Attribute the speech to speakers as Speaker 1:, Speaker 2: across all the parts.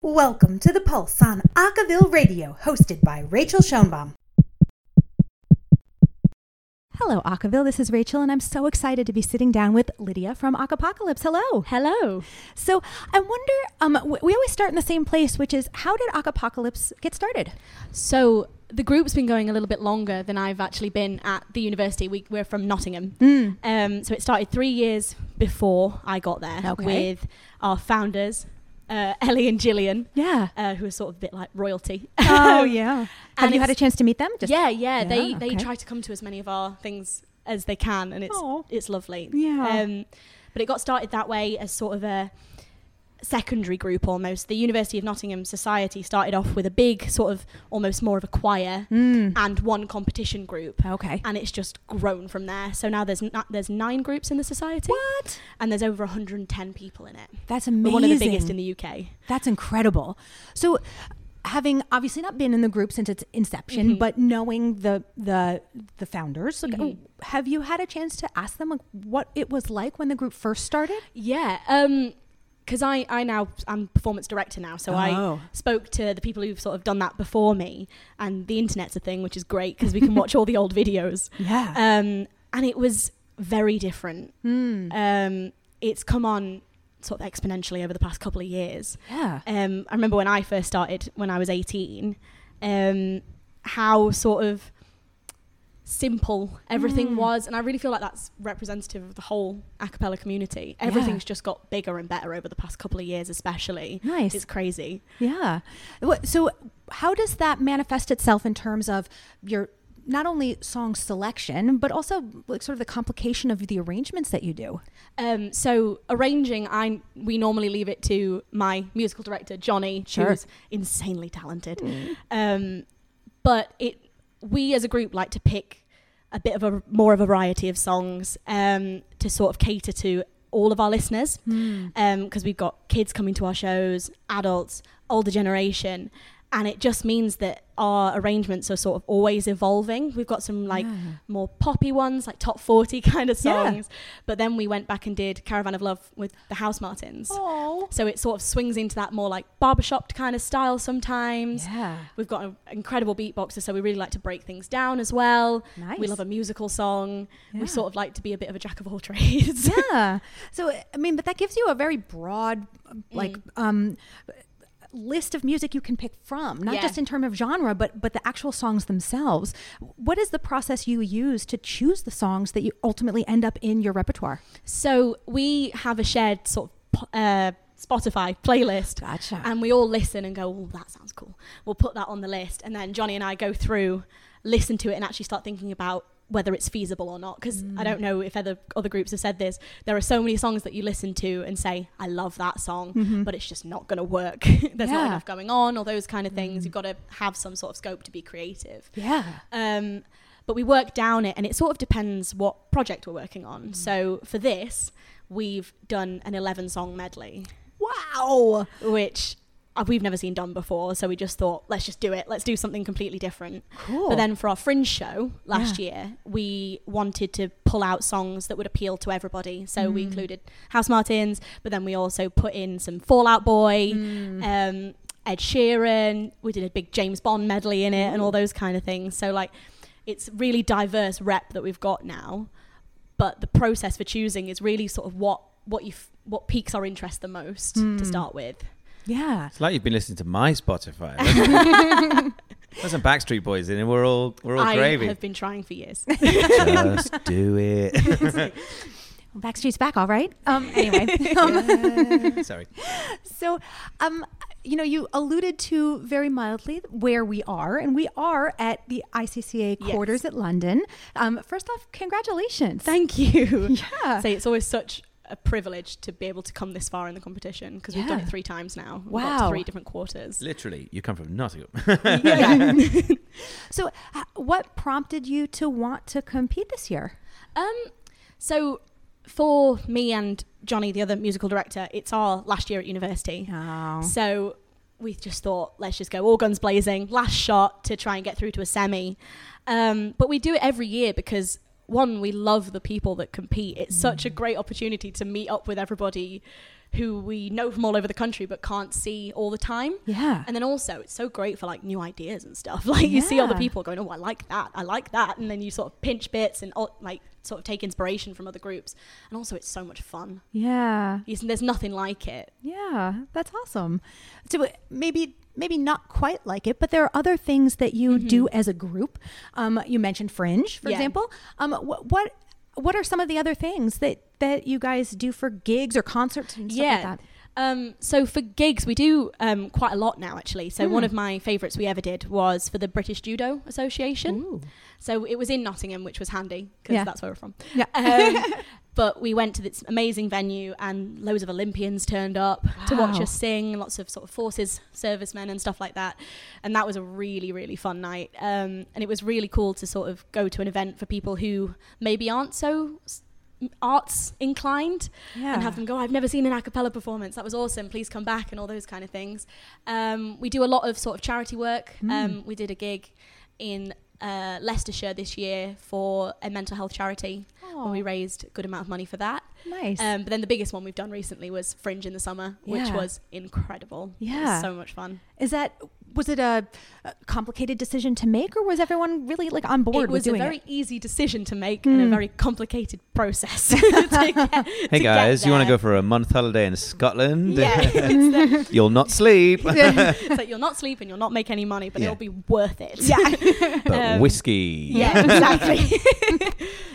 Speaker 1: Welcome to The Pulse on Acaville Radio, hosted by Rachel Schoenbaum.
Speaker 2: Hello, Acaville. This is Rachel, and I'm so excited to be sitting down with Lydia from Acapocalypse. Hello.
Speaker 3: Hello.
Speaker 2: So I wonder, um, w- we always start in the same place, which is how did Acapocalypse get started?
Speaker 3: So the group's been going a little bit longer than I've actually been at the university. We, we're from Nottingham.
Speaker 2: Mm.
Speaker 3: Um, so it started three years before I got there
Speaker 2: Okay.
Speaker 3: with our founders, uh, Ellie and Gillian,
Speaker 2: Yeah.
Speaker 3: uh, who are sort of a bit like royalty.
Speaker 2: Oh, yeah. Have
Speaker 3: And
Speaker 2: you had a
Speaker 3: it's-
Speaker 2: chance to meet them? Just-
Speaker 3: yeah, yeah, They,
Speaker 2: Yeah,
Speaker 3: they
Speaker 2: okay.
Speaker 3: try to come to as many of our things as they can, and it's,
Speaker 2: Aw.
Speaker 3: it's lovely.
Speaker 2: Yeah.
Speaker 3: Um, but it got started that way as sort of a secondary group almost. The University of Nottingham Society started off with a big sort of almost more of a choir
Speaker 2: Mm.
Speaker 3: and one competition group.
Speaker 2: Okay.
Speaker 3: And it's just grown from there. So now there's n- there's nine groups in the society,
Speaker 2: What?
Speaker 3: and there's over 110 people in it.
Speaker 2: That's amazing.
Speaker 3: We're one of the biggest in the UK.
Speaker 2: That's incredible. So, having obviously not been in the group since its inception,
Speaker 3: Mhm.
Speaker 2: but knowing the the the founders, like,
Speaker 3: Mhm.
Speaker 2: have you had a chance to ask them like, what it was like when the group first started?
Speaker 3: Yeah, um, because I I now I'm performance director now, so
Speaker 2: Oh.
Speaker 3: I spoke to the people who've sort of done that before me, and the internet's a thing, which is great because we can watch all the old videos.
Speaker 2: Yeah.
Speaker 3: Um, and it was very different.
Speaker 2: Mm.
Speaker 3: Um, it's come on sort of exponentially over the past couple of years.
Speaker 2: yeah.
Speaker 3: um, I remember when I first started when I was 18, um, how sort of simple everything
Speaker 2: Mm.
Speaker 3: was. And I really feel like that's representative of the whole a cappella community. Everything's just got bigger and better over the past couple of years, especially.
Speaker 2: Nice.
Speaker 3: It's crazy.
Speaker 2: Yeah. What- So, how does that manifest itself in terms of your not only song selection, but also like sort of the complication of the arrangements that you do?
Speaker 3: Um, so arranging, I we normally leave it to my musical director Johnny,
Speaker 2: Sure.
Speaker 3: who's insanely talented. Um, but it, we as a group like to pick a bit of a more of a variety of songs um, to sort of cater to all of our listeners
Speaker 2: Hmm.
Speaker 3: because we've got kids coming to our shows, adults, older generation. And it just means that our arrangements are sort of always evolving. We've got some like more poppy ones, like top 40 kind of
Speaker 2: Yeah.
Speaker 3: songs. But then we went back and did Caravan of Love with the House Martins.
Speaker 2: Oh.
Speaker 3: So it sort of swings into that more like barbershop kind of style sometimes.
Speaker 2: Yeah.
Speaker 3: We've got an incredible beatboxer, so we really like to break things down as well.
Speaker 2: Nice.
Speaker 3: We love a musical song.
Speaker 2: Yeah.
Speaker 3: We sort of like to be a bit of a jack of all trades.
Speaker 2: yeah. So, I mean, but that gives you a very broad, like, um, list of music you can pick from not
Speaker 3: Yeah.
Speaker 2: just in terms of genre but but the actual songs themselves what is the process you use to choose the songs that you ultimately end up in your repertoire
Speaker 3: So we have a shared sort of po- uh, Spotify playlist.
Speaker 2: Gotcha.
Speaker 3: And we all listen and go, oh, that sounds cool. We'll put that on the list. And then Johnny and I go through, listen to it, and actually start thinking about whether it's feasible or not. Because I don't know if other, other groups have said this. There are so many songs that you listen to and say, I love that song, but it's just not going to work. There's
Speaker 2: Yeah.
Speaker 3: not enough going on, or those kind of things. You've got to have some sort of scope to be creative.
Speaker 2: yeah
Speaker 3: Um, but we work down it, and it sort of depends what project we're working on. So for this, we've done an 11 song medley,
Speaker 2: wow
Speaker 3: which uh, we've never seen done before. So we just thought, let's just do it. Let's do something completely different.
Speaker 2: cool
Speaker 3: But then for our fringe show last year, we wanted to pull out songs that would appeal to everybody. So we included House Martins, but then we also put in some Fallout Boy, um, Ed Sheeran. We did a big James Bond medley in it, and all those kind of things. So like, it's really diverse rep that we've got now. But the process for choosing is really sort of what what you f- what piques our interest the most to start with.
Speaker 2: yeah
Speaker 4: It's like you've been listening to my Spotify. There's some Backstreet Boys in it. We're all we're all
Speaker 3: I
Speaker 4: gravy.
Speaker 3: have been trying for years.
Speaker 4: Just do it.
Speaker 2: Backstreet's back, all right. Um, anyway, um,
Speaker 4: Sorry.
Speaker 2: so um, you know, you alluded to very mildly where we are, and we are at the ICCA
Speaker 3: Yes.
Speaker 2: quarters at London. Um, first off, congratulations.
Speaker 3: Thank you.
Speaker 2: Yeah.
Speaker 3: Say it's always such a privilege to be able to come this far in the competition because we've done
Speaker 2: Yeah.
Speaker 3: it three times now. We've got to
Speaker 2: Wow.
Speaker 3: three different quarters.
Speaker 4: Literally, you come from Nottingham.
Speaker 3: yeah.
Speaker 2: So, h- what prompted you to want to compete this year?
Speaker 3: um, so for me and Johnny, the other musical director, it's our last year at university.
Speaker 2: Oh,
Speaker 3: So we just thought, let's just go all guns blazing, last shot to try and get through to a semi. Um, but we do it every year because one, we love the people that compete. It's such a great opportunity to meet up with everybody who we know from all over the country but can't see all the time.
Speaker 2: Yeah.
Speaker 3: And then also, it's so great for like new ideas and stuff. Like you see other
Speaker 2: Yeah.
Speaker 3: people going, "Oh, I like that. I like that," and then you sort of pinch bits and all- like sort of take inspiration from other groups. And also, it's so much fun.
Speaker 2: yeah.
Speaker 3: You- There's nothing like it.
Speaker 2: Yeah, that's awesome. So uh, maybe maybe not quite like it, but there are other things that you do as a group. Um, you mentioned Fringe, for
Speaker 3: Mm-hmm. Yeah.
Speaker 2: example. Um, wh- what what are some of the other things that that you guys do for gigs or concerts and stuff like that?
Speaker 3: Um, so for gigs, we do um, quite a lot now, actually. So
Speaker 2: Hmm.
Speaker 3: one of my favourites we ever did was for the British Judo Association. So it was in Nottingham, which was handy because
Speaker 2: Hmm. Yeah.
Speaker 3: that's where we're from.
Speaker 2: Yeah.
Speaker 3: Um, but we went to this amazing venue, and loads of Olympians turned up to watch
Speaker 2: Wow.
Speaker 3: us sing. Lots of sort of forces, servicemen, and stuff like that. And that was a really, really fun night. Um, and it was really cool to sort of go to an event for people who maybe aren't so s- arts inclined
Speaker 2: Ah.
Speaker 3: and have them go, I've never seen an a cappella performance. That was awesome. Please come back and all those kind of things. Um, we do a lot of sort of charity work. Um, we did a gig in uh, Leicestershire this year for a mental health charity. And we raised a good amount of money for that.
Speaker 2: Oh, nice.
Speaker 3: Um, but then the biggest one we've done recently was Fringe in the Summer, which
Speaker 2: Yeah.
Speaker 3: was incredible. It was
Speaker 2: Yeah.
Speaker 3: so much fun.
Speaker 2: Is that was it a, a complicated decision to make, or was everyone really like on board
Speaker 3: it was
Speaker 2: with doing
Speaker 3: a very
Speaker 2: it?
Speaker 3: easy decision to make and a very complicated process. to get,
Speaker 4: Hey guys, you want to go for a month holiday in Scotland?
Speaker 3: Yeah, it's the-
Speaker 4: You'll not sleep,
Speaker 3: it's like you'll not sleep and you'll not make any money, but
Speaker 4: Yeah.
Speaker 3: it'll be worth it. Yeah,
Speaker 4: but
Speaker 3: Um,
Speaker 4: whiskey.
Speaker 3: yeah, exactly.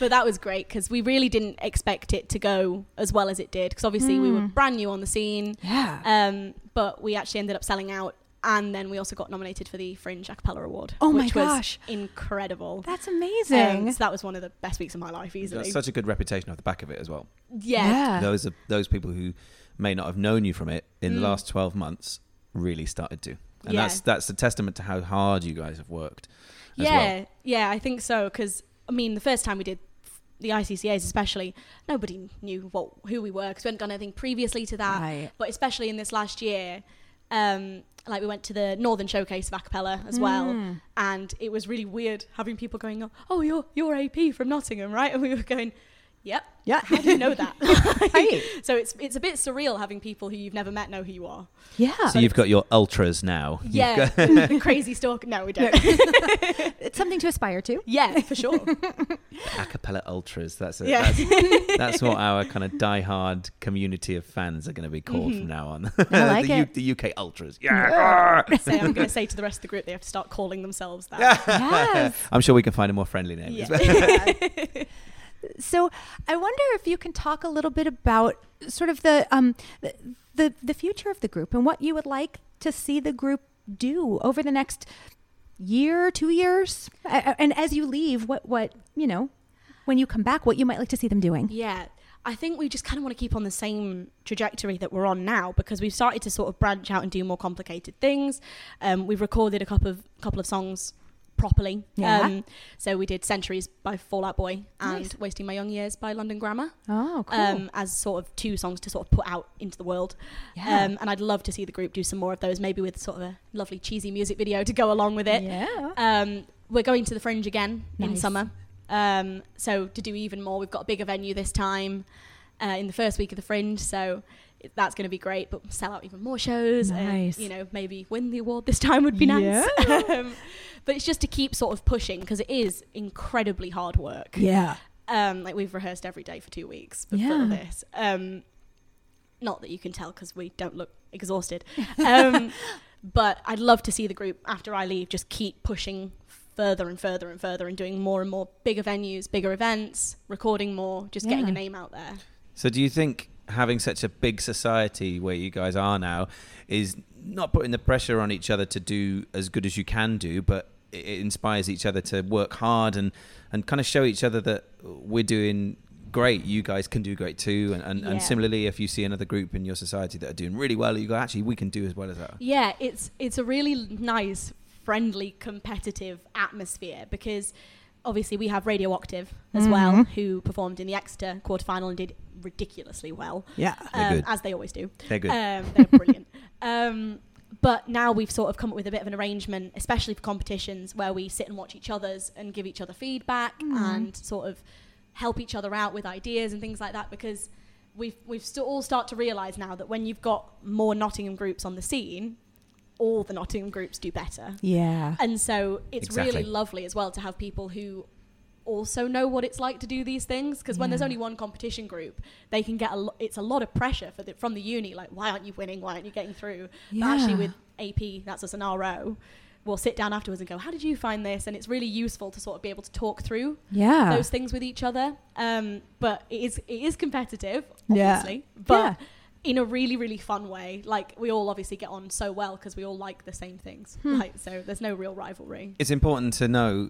Speaker 3: but that was great because we really didn't expect it to go as well as it did because obviously we were
Speaker 2: Hmm.
Speaker 3: brand new on the scene,
Speaker 2: Yeah.
Speaker 3: um, but we actually ended up selling out. And then we also got nominated for the Fringe Acapella Award.
Speaker 2: Oh my
Speaker 3: which
Speaker 2: gosh.
Speaker 3: was incredible!
Speaker 2: That's
Speaker 3: Um,
Speaker 2: amazing.
Speaker 3: so that was one of the best weeks of my life,
Speaker 4: You've got
Speaker 3: easily.
Speaker 4: such a good reputation off the back of it as well.
Speaker 3: yeah,
Speaker 4: Those are those people who may not have known you from it in the
Speaker 3: Mm.
Speaker 4: last twelve months really started to, and
Speaker 3: Yeah.
Speaker 4: that's that's a testament to how hard you guys have worked. as well.
Speaker 3: yeah, yeah, I think so. Because I mean, the first time we did f- the ICCAs, especially, nobody knew what who we were because we hadn't done anything previously to that.
Speaker 2: Right.
Speaker 3: But especially in this last year, um, like we went to the Northern Showcase of Acapella
Speaker 2: Mm.
Speaker 3: as well, and it was really weird having people going, "Oh, you're you're AP from Nottingham, right?" And we were going, "Yep,
Speaker 2: Yeah.
Speaker 3: how do you know that?"
Speaker 2: Right.
Speaker 3: so it's it's a bit surreal having people who you've never met know who you are.
Speaker 2: Yeah.
Speaker 4: So you've got your ultras now. You've
Speaker 3: Yeah,
Speaker 4: got-
Speaker 3: crazy stalk. No, we don't.
Speaker 2: it's something to aspire to.
Speaker 3: yeah, for sure.
Speaker 4: acapella ultras. That's it.
Speaker 3: Yeah.
Speaker 4: That's, that's what our kind of diehard community of fans are going to be called from now on.
Speaker 2: Mm-hmm. like
Speaker 4: the, U-
Speaker 2: it.
Speaker 4: the UK ultras. Yeah.
Speaker 3: So I'm going to say to the rest of the group they have to start calling themselves that.
Speaker 2: Yes.
Speaker 4: I'm sure we can find a more friendly name.
Speaker 3: Yeah.
Speaker 2: So I wonder if you can talk a little bit about sort of the um the the, the future of the group and what you would like to see the group do over the next year, two years, A- a- and as you leave, what what you know when you come back, what you might like to see them doing.
Speaker 3: yeah. I think we just kind of want to keep on the same trajectory that we're on now because we've started to sort of branch out and do more complicated things. Um, we've recorded a couple of couple of songs properly.
Speaker 2: Yeah.
Speaker 3: Um, so we did Centuries by Fallout Boy and
Speaker 2: Nice.
Speaker 3: Wasting My Young Years by London Grammar.
Speaker 2: Oh,
Speaker 3: um, as sort of two songs to sort of put out into the world.
Speaker 2: Yeah.
Speaker 3: Um, and I'd love to see the group do some more of those, maybe with sort of a lovely cheesy music video to go along with it.
Speaker 2: Yeah.
Speaker 3: Um, we're going to the Fringe again in
Speaker 2: Nice.
Speaker 3: summer. Um, so to do even more, we've got a bigger venue this time uh, in the first week of the Fringe. So it- that's going to be great, but sell out even more shows.
Speaker 2: Nice.
Speaker 3: And, you know, maybe win the award this time would be nice.
Speaker 2: Yeah.
Speaker 3: um, but it's just to keep sort of pushing because it is incredibly hard work
Speaker 2: yeah.
Speaker 3: um, like we've rehearsed every day for two weeks before
Speaker 2: Yeah.
Speaker 3: this. Um, not that you can tell because we don't look exhausted. Um, but I'd love to see the group after I leave just keep pushing further and further and further and doing more and more bigger venues, bigger events, recording more, just getting
Speaker 2: Yeah.
Speaker 3: a name out there.
Speaker 4: So do you think having such a big society where you guys are now is not putting the pressure on each other to do as good as you can do, but it- it inspires each other to work hard and, and kind of show each other that we're doing great, you guys can do great too. And, and,
Speaker 3: Yeah.
Speaker 4: and similarly, if you see another group in your society that are doing really well, you go, actually, we can do as well as that.
Speaker 3: Yeah, it's it's a really nice, friendly, competitive atmosphere because obviously we have Radio Octave as well, who performed in the Exeter quarterfinal and did ridiculously well.
Speaker 2: Yeah.
Speaker 4: They're
Speaker 3: um,
Speaker 4: good.
Speaker 3: as they always do.
Speaker 4: They're good.
Speaker 3: Um, they're brilliant. um, but now we've sort of come up with a bit of an arrangement, especially for competitions, where we sit and watch each other's and give each other feedback and sort of help each other out with ideas and things like that because we've we've st- all start to realise now that when you've got more Nottingham groups on the scene, all the Nottingham groups do better.
Speaker 2: Yeah.
Speaker 3: And so it's
Speaker 4: Exactly.
Speaker 3: really lovely as well to have people who also know what it's like to do these things because when there's
Speaker 2: Yeah.
Speaker 3: only one competition group they can get a lo- it's a lot of pressure for the, from the uni like why aren't you winning why aren't you getting through but actually
Speaker 2: Yeah.
Speaker 3: with AP that's us an RO we'll sit down afterwards and go how did you find this and it's really useful to sort of be able to talk through
Speaker 2: Yeah.
Speaker 3: those things with each other um, but it is it is competitive
Speaker 2: Yeah.
Speaker 3: obviously but in a really really fun way like we all obviously get on so well because we all like the same things
Speaker 2: Hmm.
Speaker 3: like so there's no real rivalry
Speaker 4: It's important to know,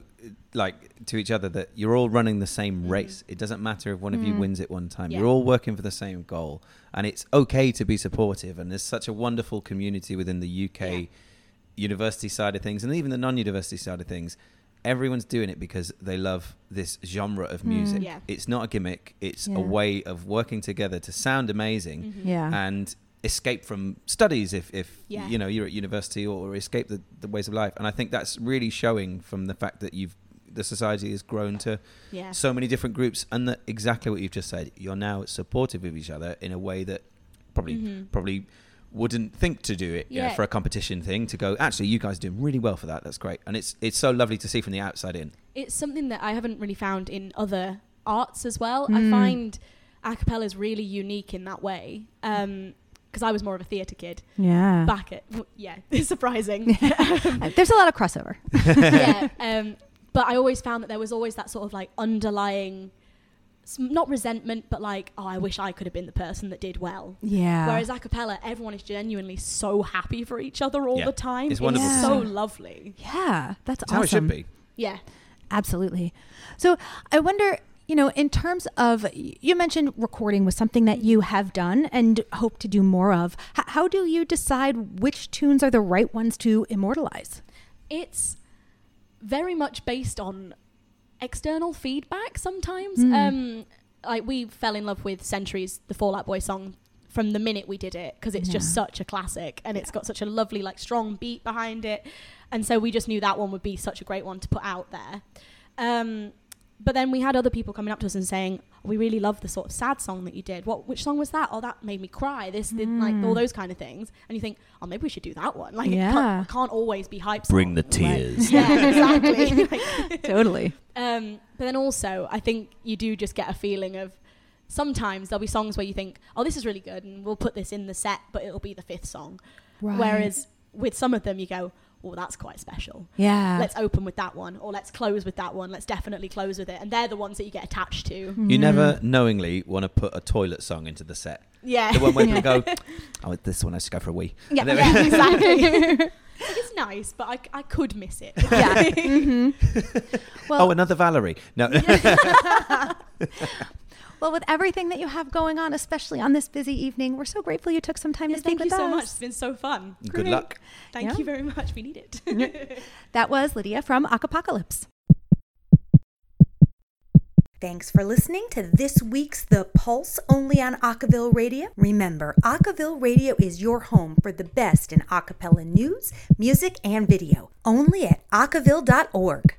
Speaker 4: like to each other, that you're all running the same race. It doesn't matter if one of you wins at one time.
Speaker 3: Mm-hmm. Yeah.
Speaker 4: You're all working for the same goal, and it's okay to be supportive. And there's such a wonderful community within the UK
Speaker 3: Yeah.
Speaker 4: university side of things, and even the non-university side of things. Everyone's doing it because they love this genre of music.
Speaker 3: Mm, Yeah.
Speaker 4: It's not a gimmick. It's
Speaker 2: Yeah.
Speaker 4: a way of working together to sound amazing
Speaker 3: Mm-hmm.
Speaker 2: yeah.
Speaker 4: and escape from studies if, if
Speaker 3: Yeah.
Speaker 4: you know you're at university or, or escape the, the ways of life and i think that's really showing from the fact that you've the society has grown to
Speaker 3: yeah
Speaker 4: so many different groups and that exactly what you've just said you're now supportive of each other in a way that probably
Speaker 3: Mhm.
Speaker 4: probably wouldn't think to do it you know,
Speaker 3: Yeah.
Speaker 4: for a competition thing to go actually you guys are doing really well for that that's great and it's it's so lovely to see from the outside in
Speaker 3: it's something that I haven't really found in other arts as well.
Speaker 2: Mm.
Speaker 3: I find a cappella is really unique in that way. Um 'cause because I was more of a theatre kid
Speaker 2: yeah.
Speaker 3: back at yeah, it's surprising.
Speaker 2: Uh, There's a lot of crossover.
Speaker 3: yeah, um, but I always found that there was always that sort of like underlying, s- not resentment, but like oh, I wish I could have been the person that did well.
Speaker 4: Uh,
Speaker 2: Yeah.
Speaker 3: Whereas a cappella, everyone is genuinely so happy for each other all
Speaker 4: Yeah.
Speaker 3: the time.
Speaker 4: It's wonderful
Speaker 2: to
Speaker 3: so
Speaker 4: see.
Speaker 3: lovely.
Speaker 2: yeah, that's
Speaker 4: it's
Speaker 2: awesome.
Speaker 4: how it should be
Speaker 3: Yeah.
Speaker 2: Absolutely. So I wonder, you know, in terms of you mentioned recording was something that you have done and hope to do more of. H- how do you decide which tunes are the right ones to immortalize?
Speaker 3: it's very much based on external feedback sometimes. Um, like we fell in love with Centuries, the Fallout Boy song, from the minute we did it because it's just such a classic and it's got such a lovely, like, strong beat behind it. And so we just knew that one would be such a great one to put out there. Um, but then we had other people coming up to us and saying, "We really love the sort of sad song that you did. What? Which song was that? Oh, that made me cry. This, did like all those kind of things." And you think, "Oh, maybe we should do that one." Like, it
Speaker 2: Yeah.
Speaker 3: can't, it can't always be hype.
Speaker 4: bring
Speaker 3: songs.
Speaker 4: the tears
Speaker 3: Yeah, exactly. Like,
Speaker 2: totally.
Speaker 3: um, but then also, I think you do just get a feeling of sometimes there'll be songs where you think, oh, this is really good, and we'll put this in the set, but it'll be the fifth song.
Speaker 2: Right.
Speaker 3: Whereas with some of them, you go, oh, that's quite special.
Speaker 2: yeah.
Speaker 3: Let's open with that one, or let's close with that one. Let's definitely close with it. And they're the ones that you get attached
Speaker 2: Mm-hmm.
Speaker 3: to.
Speaker 4: you never knowingly want to put a toilet song into the set
Speaker 3: Yeah.
Speaker 4: the one where
Speaker 2: Yeah.
Speaker 4: people go, oh, this one I should go for a wee.
Speaker 3: yeah,
Speaker 4: And then-
Speaker 3: yeah, exactly. Like, it's nice, but I, I could miss it.
Speaker 2: yeah. hmm
Speaker 4: oh, another Valerie. No,
Speaker 2: Well, with everything that you have going on, especially on this busy evening, we're so grateful you took some time to speak
Speaker 3: Thank you
Speaker 2: with
Speaker 3: so much. It's
Speaker 2: us.
Speaker 3: been so fun.
Speaker 4: good luck.
Speaker 3: Thank
Speaker 2: Yeah.
Speaker 3: you very much. We need it.
Speaker 2: That was Lydia from Acapocalypse.
Speaker 1: Thanks for listening to this week's The Pulse only on Acaville Radio. Remember, Acaville Radio is your home for the best in a cappella news, music, and video. Only at acaville.org.